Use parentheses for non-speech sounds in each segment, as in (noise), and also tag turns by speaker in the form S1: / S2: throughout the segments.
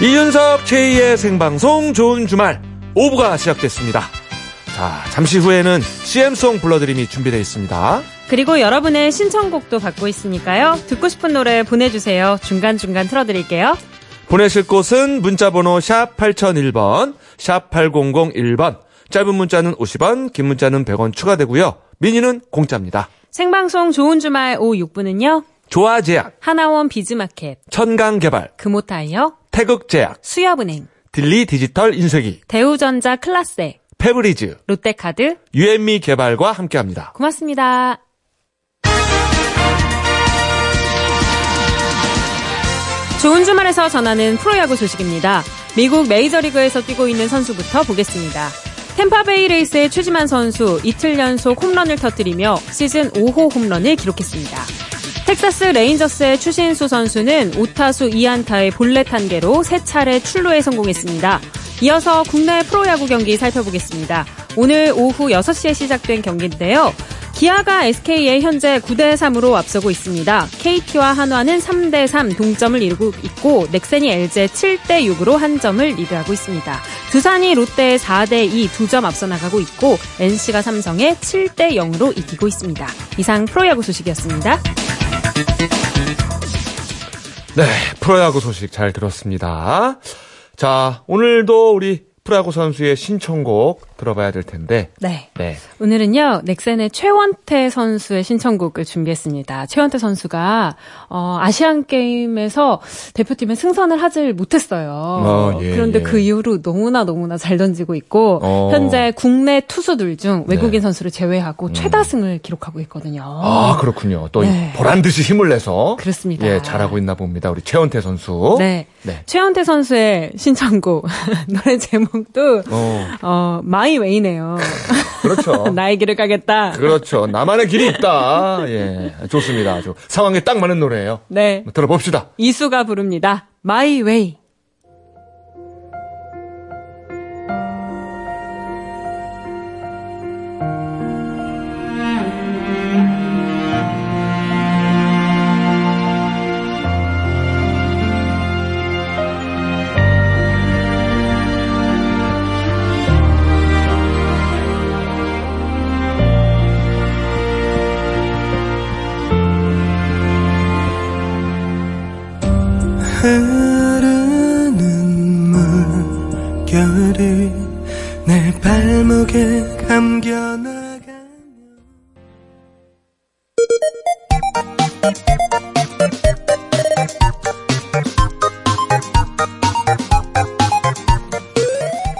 S1: 이윤석 최희의 생방송 좋은 주말 5부가 시작됐습니다. 자, 잠시 후에는 CM송 불러드림이 준비되어 있습니다.
S2: 그리고 여러분의 신청곡도 받고 있으니까요. 듣고 싶은 노래 보내주세요. 중간중간 틀어드릴게요.
S1: 보내실 곳은 문자번호 샵 8001번, 샵 8001번. 짧은 문자는 50원, 긴 문자는 100원 추가되고요. 미니는 공짜입니다.
S2: 생방송 좋은 주말 오후 6분은요.
S1: 조화제약,
S2: 하나원 비즈마켓,
S1: 천강개발,
S2: 금호타이어,
S1: 태극제약,
S2: 수협은행,
S1: 딜리 디지털 인쇄기,
S2: 대우전자 클라세,
S1: 페브리즈,
S2: 롯데카드.
S1: 유앤미 개발과 함께합니다.
S2: 고맙습니다. 좋은 주말에서 전하는 프로야구 소식입니다. 미국 메이저리그에서 뛰고 있는 선수부터 보겠습니다. 템파베이 레이스의 최지만 선수 이틀 연속 홈런을 터뜨리며 시즌 5호 홈런을 기록했습니다. 텍사스 레인저스의 추신수 선수는 5타수 2안타의 볼넷 한개로세차례 출루에 성공했습니다. 이어서 국내 프로야구 경기 살펴보겠습니다. 오늘 오후 6시에 시작된 경기인데요. 기아가 SK에 현재 9대3으로 앞서고 있습니다. KT와 한화는 3대3 동점을 이루고 있고 넥센이 LG 7대6으로 한 점을 리드하고 있습니다. 두산이 롯데에 4대2 두 점 앞서 나가고 있고 NC가 삼성에 7대0으로 이기고 있습니다. 이상 프로야구 소식이었습니다.
S1: 네, 프로야구 소식 잘 들었습니다. 자, 오늘도 우리 프로야구 선수의 신청곡 들어봐야 될 텐데.
S2: 네.
S1: 네.
S2: 오늘은요, 넥센의 최원태 선수의 신청곡을 준비했습니다. 최원태 선수가, 어, 아시안게임에서 대표팀에 승선을 하질 못했어요.
S1: 아, 예,
S2: 그런데
S1: 예.
S2: 그 이후로 너무나 너무나 잘 던지고 있고,
S1: 어.
S2: 현재 국내 투수들 중 외국인
S1: 네.
S2: 선수를 제외하고 최다승을 기록하고 있거든요.
S1: 아, 그렇군요. 또
S2: 네.
S1: 이 보란 듯이 힘을 내서
S2: 그렇습니다.
S1: 예, 잘하고 있나 봅니다. 우리 최원태 선수.
S2: 네.
S1: 네.
S2: 최원태 선수의 신청곡, (laughs) 노래 제목도,
S1: 어,
S2: 어, 마이 웨이네요.
S1: 그렇죠.
S2: (laughs) 나의 길을 가겠다.
S1: 그렇죠. 나만의 길이 있다. 예. 좋습니다. 아주 상황에 딱 맞는 노래예요.
S2: 네.
S1: 들어봅시다.
S2: 이수가 부릅니다. 마이 웨이.
S3: 흐르는 물결이 내 발목에 감겨나가며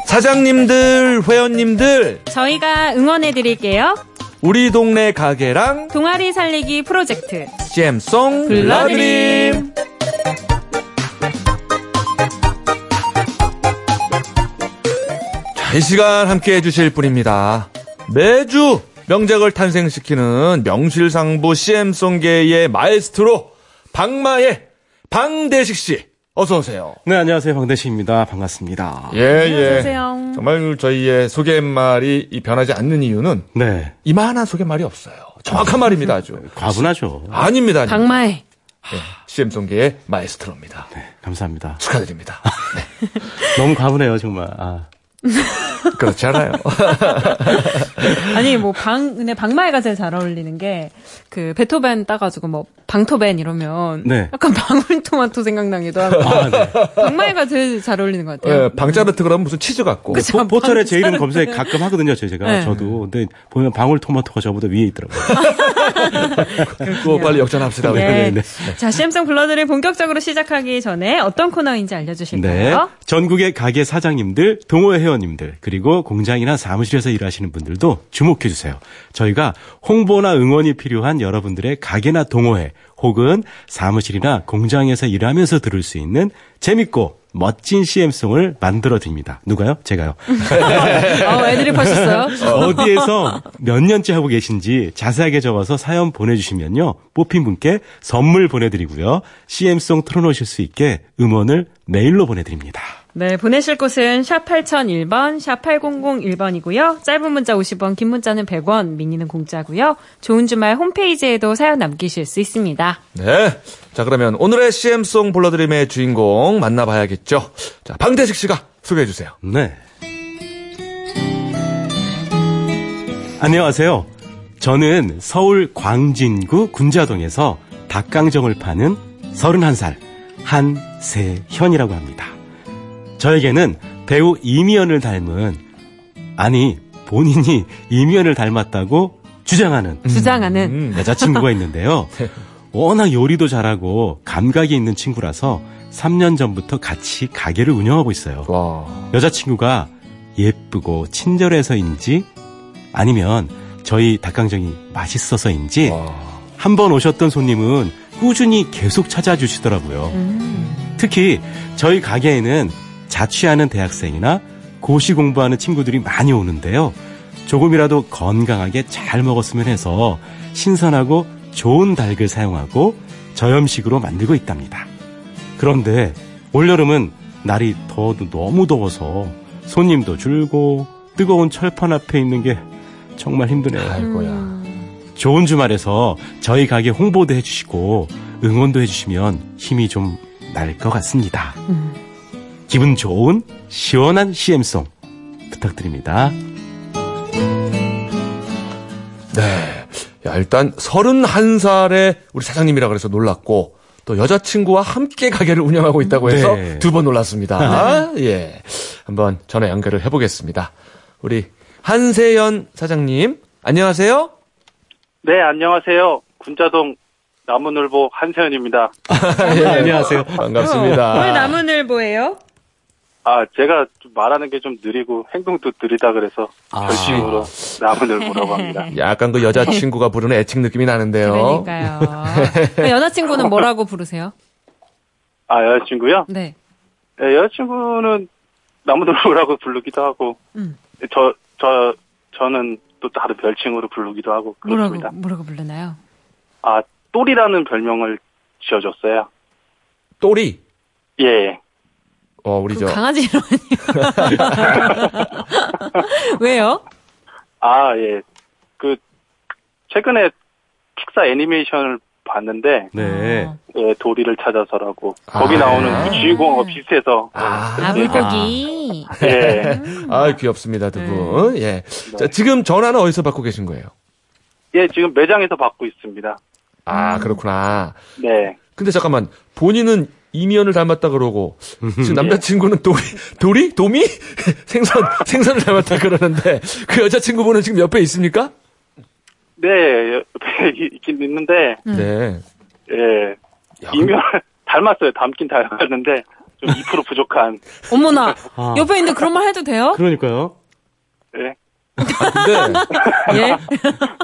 S1: 사장님들, 회원님들,
S2: 저희가 응원해 드릴게요.
S1: 우리 동네 가게랑
S2: 동아리 살리기 프로젝트.
S1: CM송
S2: 불러드림.
S1: 자, 이 시간 함께 해주실 분입니다. 매주 명작을 탄생시키는 명실상부 CM송계의 마에스트로 박마의 방대식 씨. 어서오세요.
S4: 네, 안녕하세요. 방대식입니다. 반갑습니다.
S1: 예, 예.
S2: 안녕하세요.
S1: 정말 저희의 소개말이 이 변하지 않는 이유는
S4: 네.
S1: 이만한 소개말이 없어요. 정확한 말입니다, 아주.
S4: 과분하죠.
S1: 아닙니다. 아닙니다.
S2: 박마의
S1: 예, CM 송계의 마에스트로입니다.
S4: 네, 감사합니다.
S1: 축하드립니다.
S4: 너무 과분해요, 정말. 아,
S1: 그렇지 않아요.
S2: 아니 뭐방 근데 박마애가 제일 잘 어울리는 게 그 베토벤 따가지고 뭐 방토벤 이러면
S4: 네.
S2: 약간 방울토마토 생각나기도 하고
S4: 아, 네.
S2: 박마애가 제일 잘 어울리는 것 같아요.
S1: 예, 방자르트 그러면 무슨 치즈 같고.
S2: 그쵸?
S4: 포- 포털에 제 이름
S2: 방울토마토.
S4: 검색 가끔 하거든요, 제- 제가.
S2: 네.
S4: 저도. 근데 보면 방울토마토가 저보다 위에 있더라고요.
S1: 그거 빨리 역전합시다. 우리.
S2: 네.
S4: 네, 네,
S2: 자, CM송 블러드를 본격적으로 시작하기 전에 어떤 코너인지
S4: 네.
S2: 알려주실까요?
S4: 전국의 가게 사장님들, 동호회 회원님들, 그리고 공장이나 사무실에서 일하시는 분들도 주목해주세요. 저희가 홍보나 응원이 필요한 여러분들의 가게나 동호회, 혹은 사무실이나 공장에서 일하면서 들을 수 있는 재밌고 멋진 CM송을 만들어드립니다. 누가요? 제가요.
S2: 어, 애들이 파셨어요.
S4: 어디에서 몇 년째 하고 계신지 자세하게 적어서 사연 보내주시면요. 뽑힌 분께 선물 보내드리고요. CM송 틀어놓으실 수 있게 음원을 메일로 보내드립니다.
S2: 네, 보내실 곳은 샵 8001번, 샵 8001번이고요. 짧은 문자 50원, 긴 문자는 100원, 미니는 공짜고요. 좋은 주말 홈페이지에도 사연 남기실 수 있습니다.
S1: 네. 자, 그러면 오늘의 CM송 불러드림의 주인공 만나봐야겠죠. 자, 방대식 씨가 소개해주세요.
S4: 네. 안녕하세요. 저는 서울 광진구 군자동에서 닭강정을 파는 31살 한세현이라고 합니다. 저에게는 배우 이미연을 닮은 아니 본인이 (laughs) 이미연을 닮았다고 주장하는
S2: 음. 주장하는
S4: (laughs)
S1: 음. 네.
S4: 여자친구가 있는데요. 워낙 요리도 잘하고 감각이 있는 친구라서 3년 전부터 같이 가게를 운영하고 있어요.
S1: 와.
S4: 여자친구가 예쁘고 친절해서인지 아니면 저희 닭강정이 맛있어서인지
S1: 와.
S4: 한 번 오셨던 손님은 꾸준히 계속 찾아주시더라고요.
S1: 음,
S4: 특히 저희 가게에는 자취하는 대학생이나 고시 공부하는 친구들이 많이 오는데요. 조금이라도 건강하게 잘 먹었으면 해서 신선하고 좋은 닭을 사용하고 저염식으로 만들고 있답니다. 그런데 올여름은 날이 더워도 너무 더워서 손님도 줄고 뜨거운 철판 앞에 있는 게 정말 힘드네요.
S1: 아이고야.
S2: 음.
S4: 좋은 주말에서 저희 가게 홍보도 해주시고 응원도 해주시면 힘이 좀 날 것 같습니다. 기분 좋은 시원한 CM송 부탁드립니다.
S1: 네. 야, 일단 31살의 우리 사장님이라 그래서 놀랐고 또 여자친구와 함께 가게를 운영하고 있다고 해서
S4: 네.
S1: 두 번 놀랐습니다. (laughs) 예. 한번 전화 연결을 해 보겠습니다. 우리 한세연 사장님, 안녕하세요?
S5: 네, 안녕하세요. 군자동 나무늘보 한세현입니다.
S1: 예.
S4: 안녕하세요.
S1: (laughs) 반갑습니다.
S2: 왜 나무늘보예요?
S5: 아, 제가 좀 말하는 게 좀 느리고 행동도 느리다 그래서 결심으로 나무늘보라고 합니다.
S1: 약간 그 여자친구가 부르는 애칭 느낌이 나는데요. (laughs)
S2: 그러니까요. 여자친구는 뭐라고 부르세요?
S5: 아, 여자친구요?
S2: 네.
S5: 네, 여자친구는 나무늘보라고 부르기도 하고,
S2: 음.
S5: 저, 저, 저는 또 다른 별칭으로 부르기도 하고,
S2: 뭐라고,
S5: 그렇습니다.
S2: 뭐라고 부르나요?
S5: 아, 똘이라는 별명을 지어줬어요.
S1: 또리.
S5: 예, 예.
S1: 어, 우리
S2: 그
S1: 저
S2: 강아지 이름 아니에요? (laughs) 왜요?
S5: 아, 예. 그, 최근에 픽사 애니메이션을 봤는데,
S4: 네.
S2: 어.
S5: 예, 도리를 찾아서라고
S1: 아.
S5: 거기 나오는 그 주인공과 비슷해서
S2: 아, 물고기.
S5: 예,
S1: 아, 귀엽습니다, 두 분. 예. 자, 지금 전화는 어디서 받고 계신 거예요?
S5: 예 지금 매장에서 받고 있습니다.
S1: 아, 그렇구나.
S5: 네,
S1: 근데 잠깐만. 본인은 이미연을 닮았다 그러고 지금 남자친구는 도리 도리 도미 (laughs) 생선 생선을 닮았다 그러는데 그 여자친구분은 지금 옆에 있습니까?
S5: 네 옆에 (laughs) 있긴 있는데
S2: 음.
S1: 네.
S5: 예
S1: 야,
S5: 이면 (laughs) 닮았어요. 닮긴 닮았는데 좀 2% 부족한
S2: 어머나.
S4: 아.
S2: 옆에 있는데 그런 말 해도 돼요?
S4: 그러니까요.
S5: 예,
S1: 근데
S2: 예.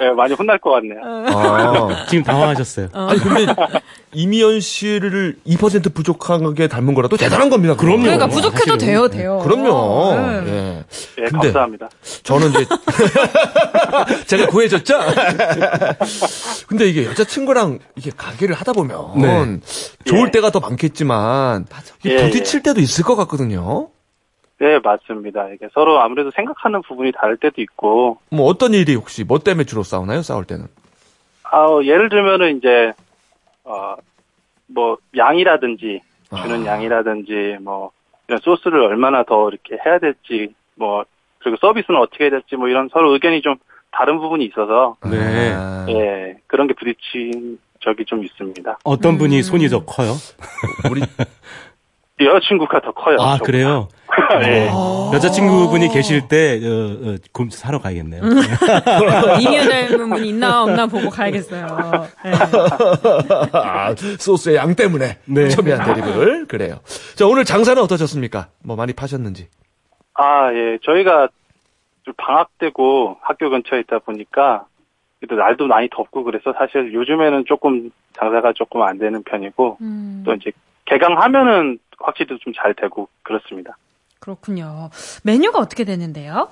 S5: 예, 많이 혼날 것 같네요.
S1: 아,
S4: 지금 당황하셨어요.
S1: 아니 근데 이미연 씨를 2% 부족하게 닮은 거라도 대단한 겁니다. 그건.
S4: 그럼요.
S2: 그러니까 부족해도
S4: 사실은.
S2: 돼요, 돼요.
S1: 네, 그럼요.
S2: 네.
S1: 예.
S5: 예,
S1: 근데-
S5: 감사합니다.
S1: 저는 이제 (laughs) 제가 구해줬죠. (laughs) 근데 이게 여자친구랑 이게 가게를 하다 보면
S4: 네.
S1: 좋을
S5: 예.
S1: 때가 더 많겠지만 이게
S5: 예,
S1: 부딪힐 때도 있을 것 같거든요.
S5: 네 맞습니다. 이게 서로 아무래도 생각하는 부분이 다를 때도 있고
S1: 뭐 어떤 일이 혹시 뭐 때문에 주로 싸우나요? 싸울 때는?
S5: 아 어, 예를 들면은 이제 어 뭐 양이라든지
S4: 아.
S5: 주는 양이라든지 뭐 이런 소스를 얼마나 더 이렇게 해야 될지 뭐 그리고 서비스는 어떻게 해야 될지 뭐 이런 서로 의견이 좀 다른 부분이 있어서
S4: 네.
S1: 아,
S5: 예 그런 게 부딪힌 적이 좀 있습니다.
S4: 어떤 분이 손이 더 커요?
S1: 우리
S5: 여자친구가 더 커요.
S4: 아,
S5: 좀.
S4: (laughs) 그래요? 네. 어.
S5: 예.
S4: 여자친구분이 계실 때, 어, 어, 곰 사러 가야겠네요.
S2: 이면 닮은 분이 있나 없나 보고 가야겠어요. 네.
S1: (laughs) 아, 소스의 양 때문에
S4: 네.
S1: 첨예한 대립을 그래요. 자 오늘 장사는 어떠셨습니까? 뭐 많이 파셨는지?
S5: 아, 예. 저희가 좀 방학되고 학교 근처에 있다 보니까 그래도 날도 많이 덥고 그래서 사실 요즘에는 조금 장사가 조금 안 되는 편이고
S2: 음,
S5: 또 이제 개강하면은 확실히 좀 잘 되고 그렇습니다.
S2: 그렇군요. 메뉴가 어떻게 되는데요?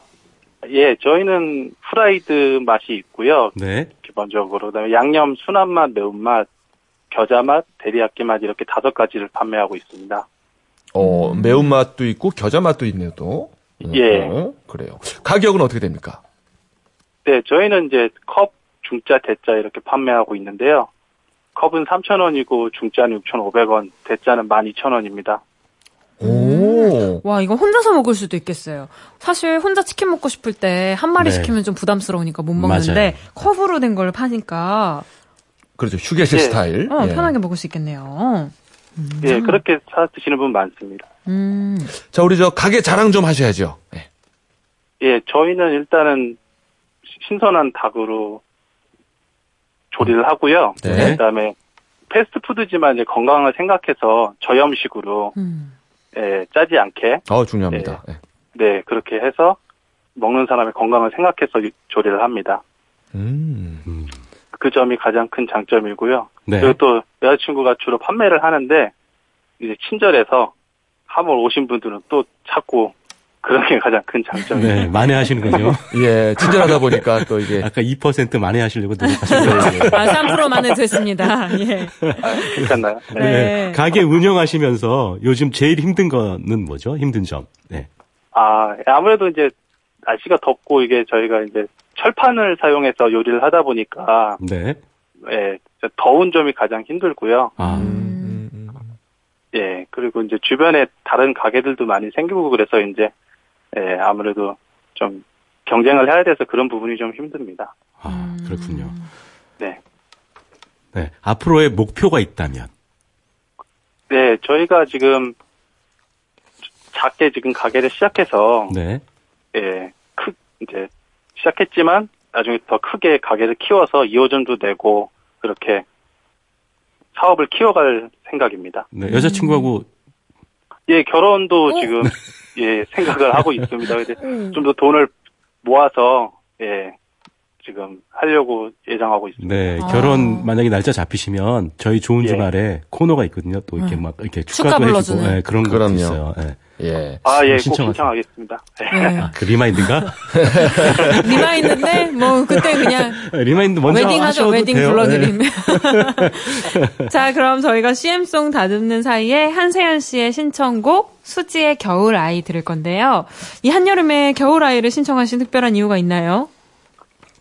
S5: 예, 저희는 후라이드 맛이 있고요.
S4: 네.
S5: 기본적으로 그다음에 양념 순한 맛, 매운맛, 겨자 맛, 데리야끼 맛 이렇게 다섯 가지를 판매하고 있습니다.
S1: 어, 매운맛도 있고 겨자맛도 있네요, 또. 음,
S5: 예.
S1: 어, 그래요. 가격은 어떻게 됩니까?
S5: 네, 저희는 이제 컵, 중짜, 대짜 이렇게 판매하고 있는데요. 컵은 3,000원이고 중짜는 6,500원, 대짜는 12,000원입니다.
S1: 오.
S2: 와, 이거 혼자서 먹을 수도 있겠어요. 사실 혼자 치킨 먹고 싶을 때 한 마리
S4: 네.
S2: 시키면 좀 부담스러우니까 못 먹는데 컵으로 된 걸 파니까
S1: 그렇죠. 휴게실
S5: 예.
S1: 스타일.
S2: 어,
S1: 예.
S2: 편하게 먹을 수 있겠네요.
S5: 예, 그렇게 사 드시는 분 많습니다.
S2: 음.
S1: 자, 우리 저 가게 자랑 좀 하셔야죠. 예.
S5: 예, 저희는 일단은 시- 신선한 닭으로 조리를 하고요.
S1: 네.
S5: 그다음에 패스트푸드지만 이제 건강을 생각해서 저염식으로
S2: 음.
S5: 예, 짜지 않게
S1: 어, 중요합니다. 예.
S5: 네 그렇게 해서 먹는 사람의 건강을 생각해서 유- 조리를 합니다.
S1: 음.
S4: 음.
S5: 그 점이 가장 큰 장점이고요.
S4: 네.
S5: 그리고 또 여자친구가 주로 판매를 하는데 이제 친절해서 함을 오신 분들은 또 찾고 그런 게 가장 큰 장점이에요.
S4: 네, 만회하시는군요.
S1: 예, 친절하다 보니까 또 이게.
S4: 아까 2% 만회하시려고 노력하셨는데.
S2: 아, 3%만에 됐습니다. 예.
S5: 괜찮나요? 네.
S4: 네.
S2: 네.
S4: 가게 운영하시면서 요즘 제일 힘든 거는 뭐죠? 힘든 점. 네.
S5: 아, 아무래도 이제 날씨가 덥고 이게 저희가 이제 철판을 사용해서 요리를 하다 보니까
S4: 네.
S5: 예, 진짜 더운 점이 가장 힘들고요.
S4: 아,
S1: 음, 음, 음.
S5: 예, 그리고 이제 주변에 다른 가게들도 많이 생기고 그래서 이제 예, 아무래도 좀 경쟁을 해야 돼서 그런 부분이 좀 힘듭니다.
S4: 아, 그렇군요.
S5: 네.
S4: 네. 앞으로의 목표가 있다면.
S5: 네, 저희가 지금 작게 지금 가게를 시작해서
S4: 네.
S5: 예, 크 이제 시작했지만 나중에 더 크게 가게를 키워서 2호점도 내고 그렇게 사업을 키워갈 생각입니다.
S4: 네. 여자친구하고
S2: 음.
S5: 예, 결혼도
S2: 오.
S5: 지금
S4: (laughs)
S5: 예 생각을 하고 있습니다. 근데
S4: 음.
S5: 좀 더 돈을 모아서 예 지금 하려고 예정하고 있습니다.
S4: 네,
S2: 아.
S4: 결혼 만약에 날짜 잡히시면 저희 좋은
S5: 예.
S4: 주말에 코너가 있거든요. 또 이렇게 막 이렇게
S2: 음. 축가
S4: 축가도
S2: 불러주는.
S4: 해주고 네, 그런 것도
S1: 그럼요.
S4: 있어요. 네.
S1: 예.
S5: 아, 예, 꼭
S4: 신청하세요.
S5: 신청하겠습니다. 예.
S2: 예.
S4: 아, 그
S2: (laughs)
S4: 리마인드인가?
S2: 리마인드인데 뭐 그때 그냥
S4: 리마인드 먼저
S2: 웨딩 하죠.
S4: 하셔도
S2: 웨딩
S4: 돼요. 네.
S2: 불러드림. (laughs) 자, 그럼 저희가 CM송 다듬는 사이에 한세현 씨의 신청곡 수지의 겨울 아이 들을 건데요. 이 한여름에 겨울 아이를 신청하신 특별한 이유가 있나요?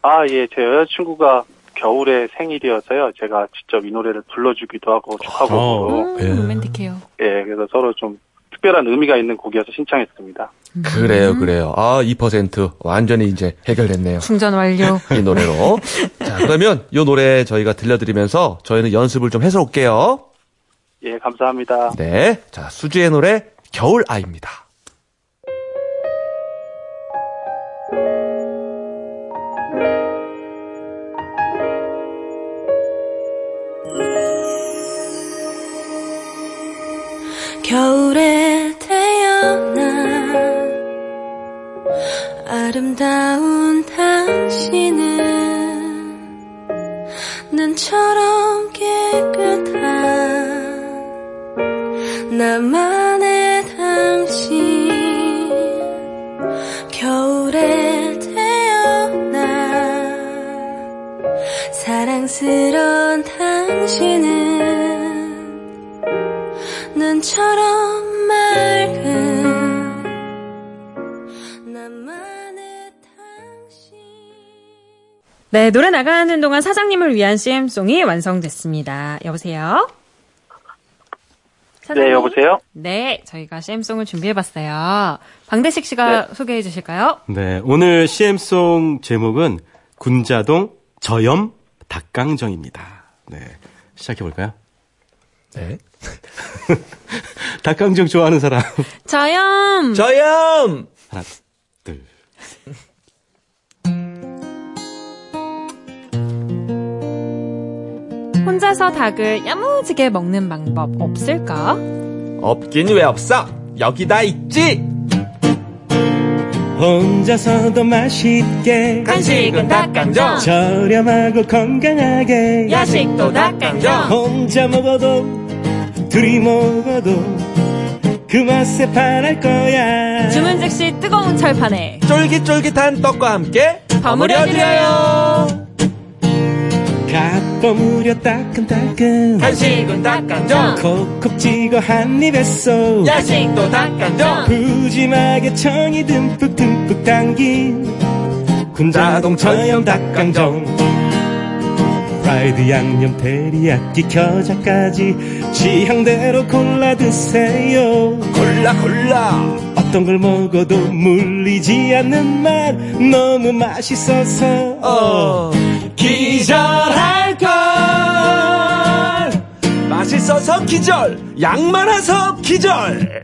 S5: 아, 예, 제 여자친구가 겨울에 생일이어서요. 제가 직접 이 노래를 불러주기도 하고 축하곡으로
S4: 어.
S2: 음,
S4: 예.
S2: 로맨틱해요.
S5: 예, 그래서 서로 좀 특별한 의미가 있는 곡이어서 신청했습니다.
S1: 그래요, 그래요. 아, 2% 완전히 이제 해결됐네요.
S2: 충전 완료.
S1: 이 노래로. 자, 그러면 이 노래 저희가 들려드리면서 저희는 연습을 좀 해서 올게요.
S5: 예, 감사합니다.
S1: 네. 자, 수지의 노래, 겨울 아입니다.
S6: 겨울에 태어난 아름다운 당신은 눈처럼 깨끗한 나만의 당신 겨울에 태어난 사랑스러운 당신은 눈처럼 맑은 나만의 당신
S2: 네, 노래 나가는 동안 사장님을 위한 CM송이 완성됐습니다. 여보세요?
S5: 네,
S2: 사장님?
S5: 예, 여보세요?
S2: 네, 저희가 CM송을 준비해봤어요. 방대식 씨가 소개해 주실까요?
S4: 네, 오늘 CM송 제목은 군자동 저염 닭강정입니다. 네, 시작해볼까요?
S1: 네.
S4: 닭강정 좋아하는 사람. (laughs)
S2: 저염!
S1: 저염!
S4: 하나, 둘.
S2: 혼자서 닭을 야무지게 먹는 방법 없을까?
S1: 없긴 왜 없어? 여기다 있지!
S4: 혼자서도 맛있게
S2: 간식은 닭강정,
S4: 저렴하고 건강하게
S2: 야식도 닭강정.
S4: 혼자 먹어도 둘이 먹어도 그 맛에 반할 거야
S2: 주문 즉시 뜨거운 철판에
S1: 쫄깃쫄깃한 떡과 함께
S2: 버무려드려요.
S3: 갓도 무려 따끈따끈
S7: 한식은 닭강정
S3: 콕콕 찍어 한 입에 쏙
S7: 야식도 닭강정
S3: 푸짐하게 청이 듬뿍 듬뿍 담긴 군자동 저염 닭강정 프라이드 양념 테리야끼 겨자까지 취향대로 골라 드세요
S7: 골라 골라
S3: 어떤 걸 먹어도 물리지 않는 맛 너무 맛있어서
S7: 어 기절할 걸 맛있어서 기절 양 많아서 기절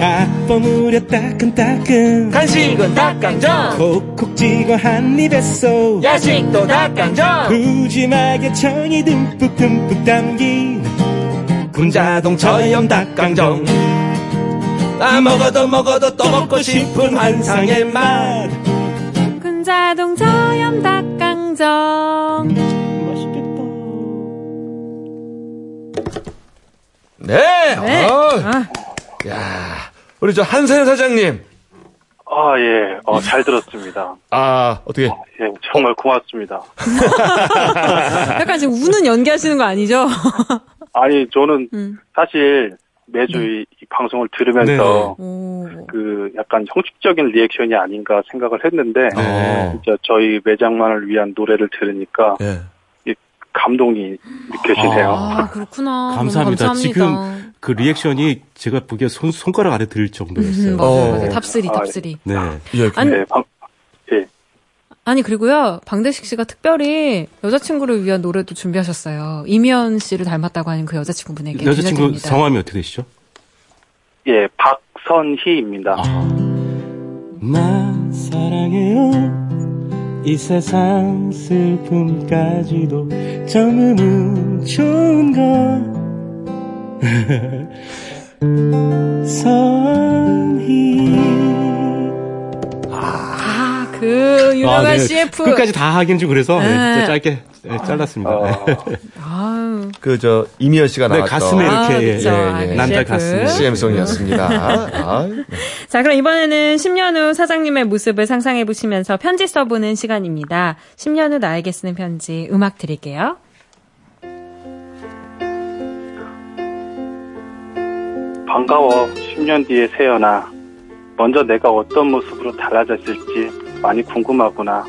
S3: 갓보 무려 따끈따끈
S7: 간식은 닭강정
S3: 콕콕 찍어 한 입에 쏙
S7: 야식도 닭강정
S3: 푸짐하게 청이 듬뿍 듬뿍 담긴 군자동 저염 닭강정
S7: 아 먹어도 먹어도 또 먹고 싶은
S3: 환상의 맛
S2: 군자동 저염 닭강정.
S1: 네.
S2: 네.
S1: 어,
S2: 아,
S1: 우리 저 한세현 사장님.
S5: 아, 예. 어, 잘 들었습니다.
S1: 아, 어떻게.
S5: 예, 정말 고맙습니다.
S2: 약간 지금 우는 연기하시는 거 아니죠?
S5: 아니, 저는
S2: 음.
S5: 사실 매주 이, 이 방송을 들으면서
S2: 오.
S5: 그 약간 형식적인 리액션이 아닌가 생각을 했는데
S1: 어.
S5: 진짜 저희 매장만을 위한 노래를 들으니까
S1: 예.
S5: 감동이 느껴지네요.
S2: 아, 그렇구나.
S4: 감사합니다.
S2: 너무 감사합니다. 음,
S4: 지금 그 리액션이 제가 보기에 손, 손가락 아래 들 정도였어요.
S2: 음, 어. 맞아요,
S1: 어.
S2: 맞아요. 탑3,
S5: 아,
S2: 탑3.
S4: 네.
S1: 예.
S2: 아니,
S5: 네, 방, 예.
S2: 아니, 그리고요, 방대식 씨가 특별히 여자친구를 위한 노래도 준비하셨어요. 이미연 씨를 닮았다고 하는 그 여자친구분에게.
S4: 여자친구
S2: 들려드립니다.
S4: 성함이 어떻게 되시죠?
S5: 예, 박선희입니다.
S3: 나 사랑해요 이 세상 슬픔까지도 젊음은 좋은 (laughs) 걸 선희
S2: 아, 그 유명한
S4: 아, 네.
S2: CF.
S4: 끝까지 다 하긴 좀 그래서 네,
S2: 네.
S4: 진짜 짧게 네, 잘랐습니다.
S5: 어,
S4: 네.
S2: 아유,
S1: 그, 저, 이미연 씨가
S4: 네,
S1: 나왔던
S4: 가슴에 이렇게 네.
S2: 아,
S4: 예,
S2: 그쵸.
S4: 예,
S2: 아,
S1: 그
S4: 난달
S2: 셰프.
S4: 가슴.
S1: CM송이었습니다. 아,
S2: 자, 그럼 이번에는 10년 후 사장님의 모습을 상상해 보시면서 편지 써보는 시간입니다. 10년 후 나에게 쓰는 편지 음악 드릴게요.
S5: 반가워. 10년 뒤에 세연아. 먼저 내가 어떤 모습으로 달라졌을지 많이 궁금하구나.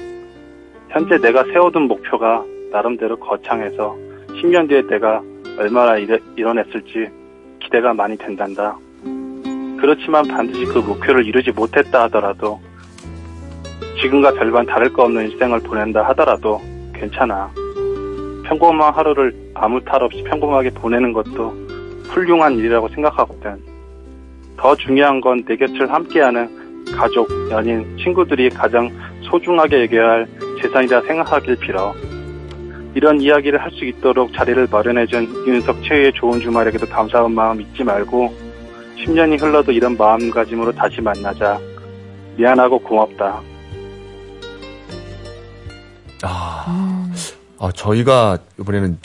S5: 현재 내가 세워둔 목표가 나름대로 거창해서 10년 뒤에 내가 얼마나 일, 이뤄냈을지 기대가 많이 된단다. 그렇지만 반드시 그 목표를 이루지 못했다 하더라도 지금과 별반 다를 거 없는 일생을 보낸다 하더라도 괜찮아. 평범한 하루를 아무 탈 없이 평범하게 보내는 것도 훌륭한 일이라고 생각하거든. 더 중요한 건 내 곁을 함께하는 가족, 연인, 친구들이 가장 소중하게 여겨야 할 재산이라 생각하길 빌어. 이런 이야기를 할 수 있도록 자리를 마련해준 윤석 최의 좋은 주말에게도 감사한 마음 잊지 말고 10년이 흘러도 이런 마음가짐으로 다시 만나자. 미안하고 고맙다.
S1: 아, 아, 저희가 이번에는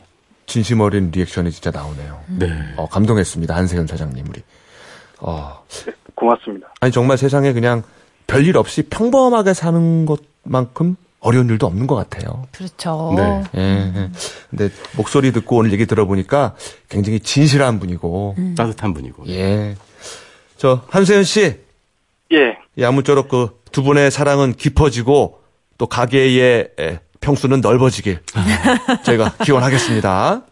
S1: 진심 어린 리액션이 진짜 나오네요.
S4: 네.
S1: 어, 감동했습니다. 한세현 사장님, 우리. 어,
S5: 고맙습니다.
S1: 아니, 정말 세상에 그냥 별일 없이 평범하게 사는 것만큼 어려운 일도 없는 것 같아요.
S2: 그렇죠.
S4: 네.
S1: 예, 예. 근데 목소리 듣고 오늘 얘기 들어보니까 굉장히 진실한 분이고,
S4: 따뜻한 분이고.
S1: 예. 저, 한세현 씨,
S5: 예,
S1: 이 아무쪼록 그 두 분의 사랑은 깊어지고 또 가게의 에, 평수는 넓어지길 저희가 기원하겠습니다.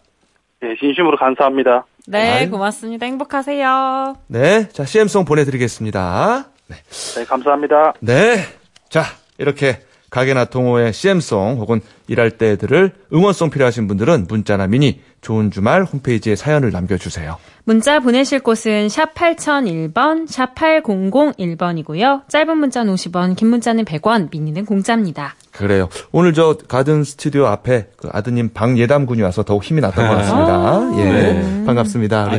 S5: 예, 진심으로 감사합니다.
S2: 네, 고맙습니다. 행복하세요.
S1: 네, 자 CM송 보내드리겠습니다.
S5: 네, 감사합니다.
S1: 네, 자 이렇게 가게나 통호의 CM송 혹은 일할 때 들을 응원송 필요하신 분들은 문자나 미니 좋은 주말 홈페이지에 사연을 남겨주세요.
S2: 문자 보내실 곳은 샵 8001번, 샵 8001번이고요. 짧은 문자는 50원, 긴 문자는 100원, 미니는 공짜입니다.
S1: 그래요. 오늘 저 가든 스튜디오 앞에 그 아드님 방예담 군이 와서 더욱 힘이 났던 것 같습니다. 예,
S4: 네.
S1: 반갑습니다. 우리
S4: 아,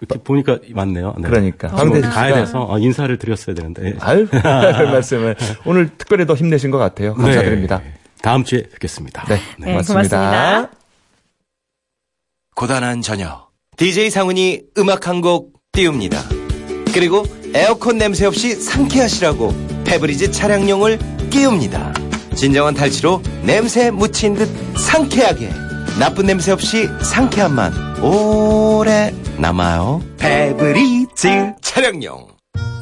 S4: 이렇게 보니까 맞네요. 네.
S1: 그러니까.
S4: 지금 어디
S1: 황대지
S4: 가야
S1: 씨가-
S4: 돼서 어, 인사를 드렸어야 되는데. 예.
S1: 아유, 별 (laughs) 말씀을. 오늘 특별히 더 힘내신 것 같아요. 감사드립니다.
S4: 네. 다음 주에 뵙겠습니다.
S1: 네,
S2: 네, 고맙습니다.
S7: 고단한 저녁 DJ 상훈이 음악 한 곡 띄웁니다 그리고 에어컨 냄새 없이 상쾌하시라고 페브리즈 차량용을 끼웁니다 진정한 탈취로 냄새 묻힌 듯 상쾌하게 나쁜 냄새 없이 상쾌한 맛 오래 남아요 페브리즈 차량용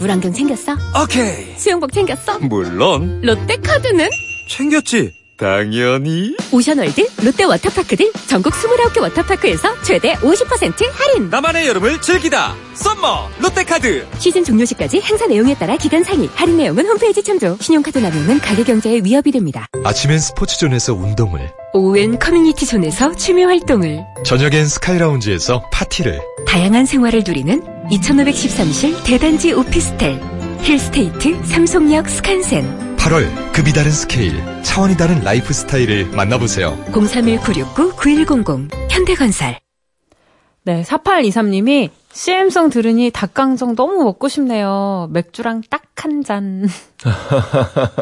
S8: 물안경 챙겼어?
S7: 오케이
S8: 수영복 챙겼어?
S7: 물론
S8: 롯데카드는?
S7: 챙겼지 당연히
S8: 오션월드, 롯데워터파크 등 전국 29개 워터파크에서 최대 50% 할인!
S7: 나만의 여름을 즐기다 썸머 롯데카드
S8: 시즌 종료 시까지 행사 내용에 따라 기간 상의, 할인 내용은 홈페이지 참조, 신용카드 남용은 가계경제에 위협이 됩니다.
S9: 아침엔 스포츠존에서 운동을,
S8: 오후엔 커뮤니티존에서 취미 활동을,
S9: 저녁엔 스카이라운지에서 파티를,
S8: 다양한 생활을 누리는 2513실 대단지 오피스텔, 힐스테이트 삼송역 스칸센,
S9: 8월 급이 다른 스케일, 차원이 다른 라이프 스타일을 만나보세요.
S8: 031-969-9100, 현대건설.
S2: 네, 4823님이 CM송 들으니 닭강정 너무 먹고 싶네요. 맥주랑 딱 한 잔. (laughs)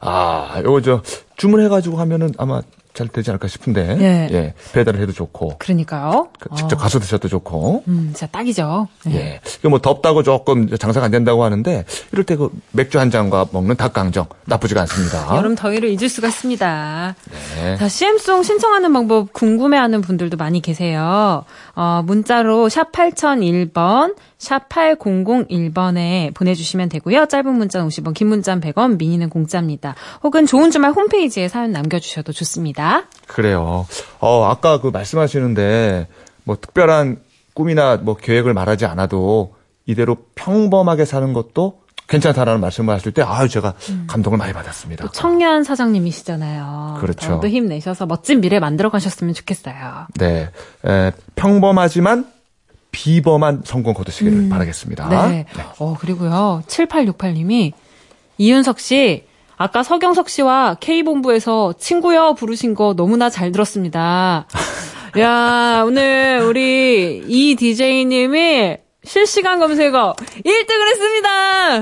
S1: 아, 요거 저 주문해가지고 하면은 아마 잘 되지 않을까 싶은데.
S2: 예.
S1: 예, 배달을 해도 좋고.
S2: 그러니까요.
S1: 그 직접
S2: 어,
S1: 가서 드셔도 좋고.
S2: 음, 진짜 딱이죠. 네.
S1: 예. 이거 뭐 덥다고 조금 장사가 안 된다고 하는데 이럴 때 그 맥주 한 잔과 먹는 닭강정 나쁘지가 않습니다.
S2: 여름 더위를 잊을 수가 있습니다.
S1: 어? 네.
S2: 자, CM송 신청하는 방법 궁금해하는 분들도 많이 계세요. 어, 문자로 샵 8001번, 샵 8001번에 보내주시면 되고요. 짧은 문자는 50원, 긴 문자는 100원, 미니는 공짜입니다. 혹은 좋은 주말 홈페이지에 사연 남겨주셔도 좋습니다.
S1: 그래요. 어, 아까 그 말씀하시는데 뭐 특별한 꿈이나 뭐 계획을 말하지 않아도 이대로 평범하게 사는 것도 괜찮다라는 말씀을 하실 때 아유 제가 감동을 많이 받았습니다.
S2: 음. 또 청년 사장님이시잖아요.
S1: 그렇죠.
S2: 더욱더 힘내셔서 멋진 미래 만들어 가셨으면 좋겠어요.
S1: 네. 에, 평범하지만 비범한 성공 거두시기를 바라겠습니다.
S2: 음. 네. 어, 그리고요. 7868님이 이윤석 씨, 아까 서경석 씨와 K본부에서 친구여 부르신 거 너무나
S1: (laughs)
S2: 잘 들었습니다. 야, 오늘 우리 이 DJ님이 실시간 검색어 1등을 했습니다!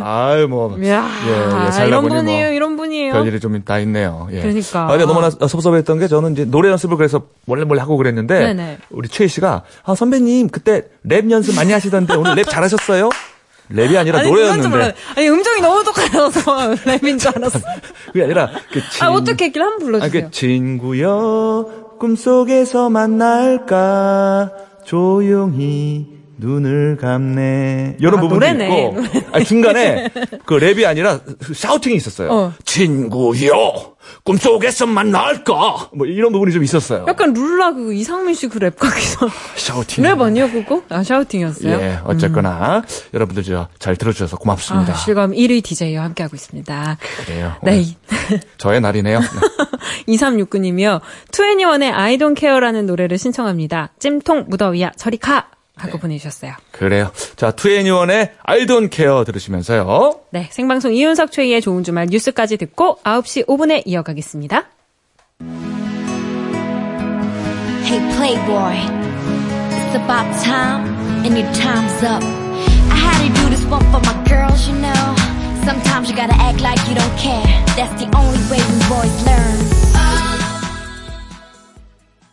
S1: 아유, 뭐.
S2: 이야,
S1: 예, 예, 살다
S2: 이런
S1: 보니 뭐
S2: 분이에요, 이런 분이에요.
S1: 별일이 좀 다 있네요. 예.
S2: 그러니까.
S1: 아, 근데 너무나 섭섭했던 게 저는 이제 노래 연습을 그래서 몰래 몰래 하고 그랬는데
S2: 네네.
S1: 우리 최희 씨가 아, 선배님 그때 랩 연습 많이 하시던데 오늘 랩 잘하셨어요? 랩이 아니라
S2: 아니, 그건 줄 몰라요.
S1: 노래였는데
S2: 아니, 음정이 너무 똑같아서 (laughs) 랩인 줄 알았어.
S1: 그게 아니라 그 친-
S2: 아, 어떻게 했길래 한번
S1: 아,
S2: 불러주세요.
S1: 그 친구여 꿈속에서 만날까 조용히 눈을 감네 이런
S2: 아,
S1: 부분도
S2: 노래네,
S1: 있고
S2: 노래네.
S1: 아니, (laughs) 중간에 그 랩이 아니라 샤우팅이 있었어요
S2: 어.
S1: 친구여 꿈속에서 만날까 뭐 이런 부분이 좀 있었어요
S2: 약간 룰라 그 이상민 씨 그 랩 거기서
S1: 샤우팅
S2: 랩 아니요 그거? 아 샤우팅이었어요.
S1: 아, 예 어쨌거나 여러분들 저 잘 들어주셔서 고맙습니다
S2: 아, 실감 1위 DJ와 함께하고 있습니다.
S1: 그래요
S2: 네. (laughs)
S1: 오늘 저의 날이네요 네.
S2: 2369님이요. 투애니원의 I don't care라는 노래를 신청합니다. 찜통 무더위야 저리 가! 하고
S1: 네.
S2: 보내주셨어요.
S1: 그래요 자 투애니원의 I don't care 들으시면서요
S2: 네. 생방송 이윤석 최희의 좋은 주말 뉴스까지 듣고 9시 5분에 이어가겠습니다.
S10: Hey playboy, it's about time and your time's up. I had to do this one for my girls, you know. Sometimes you gotta act like you don't care. That's the only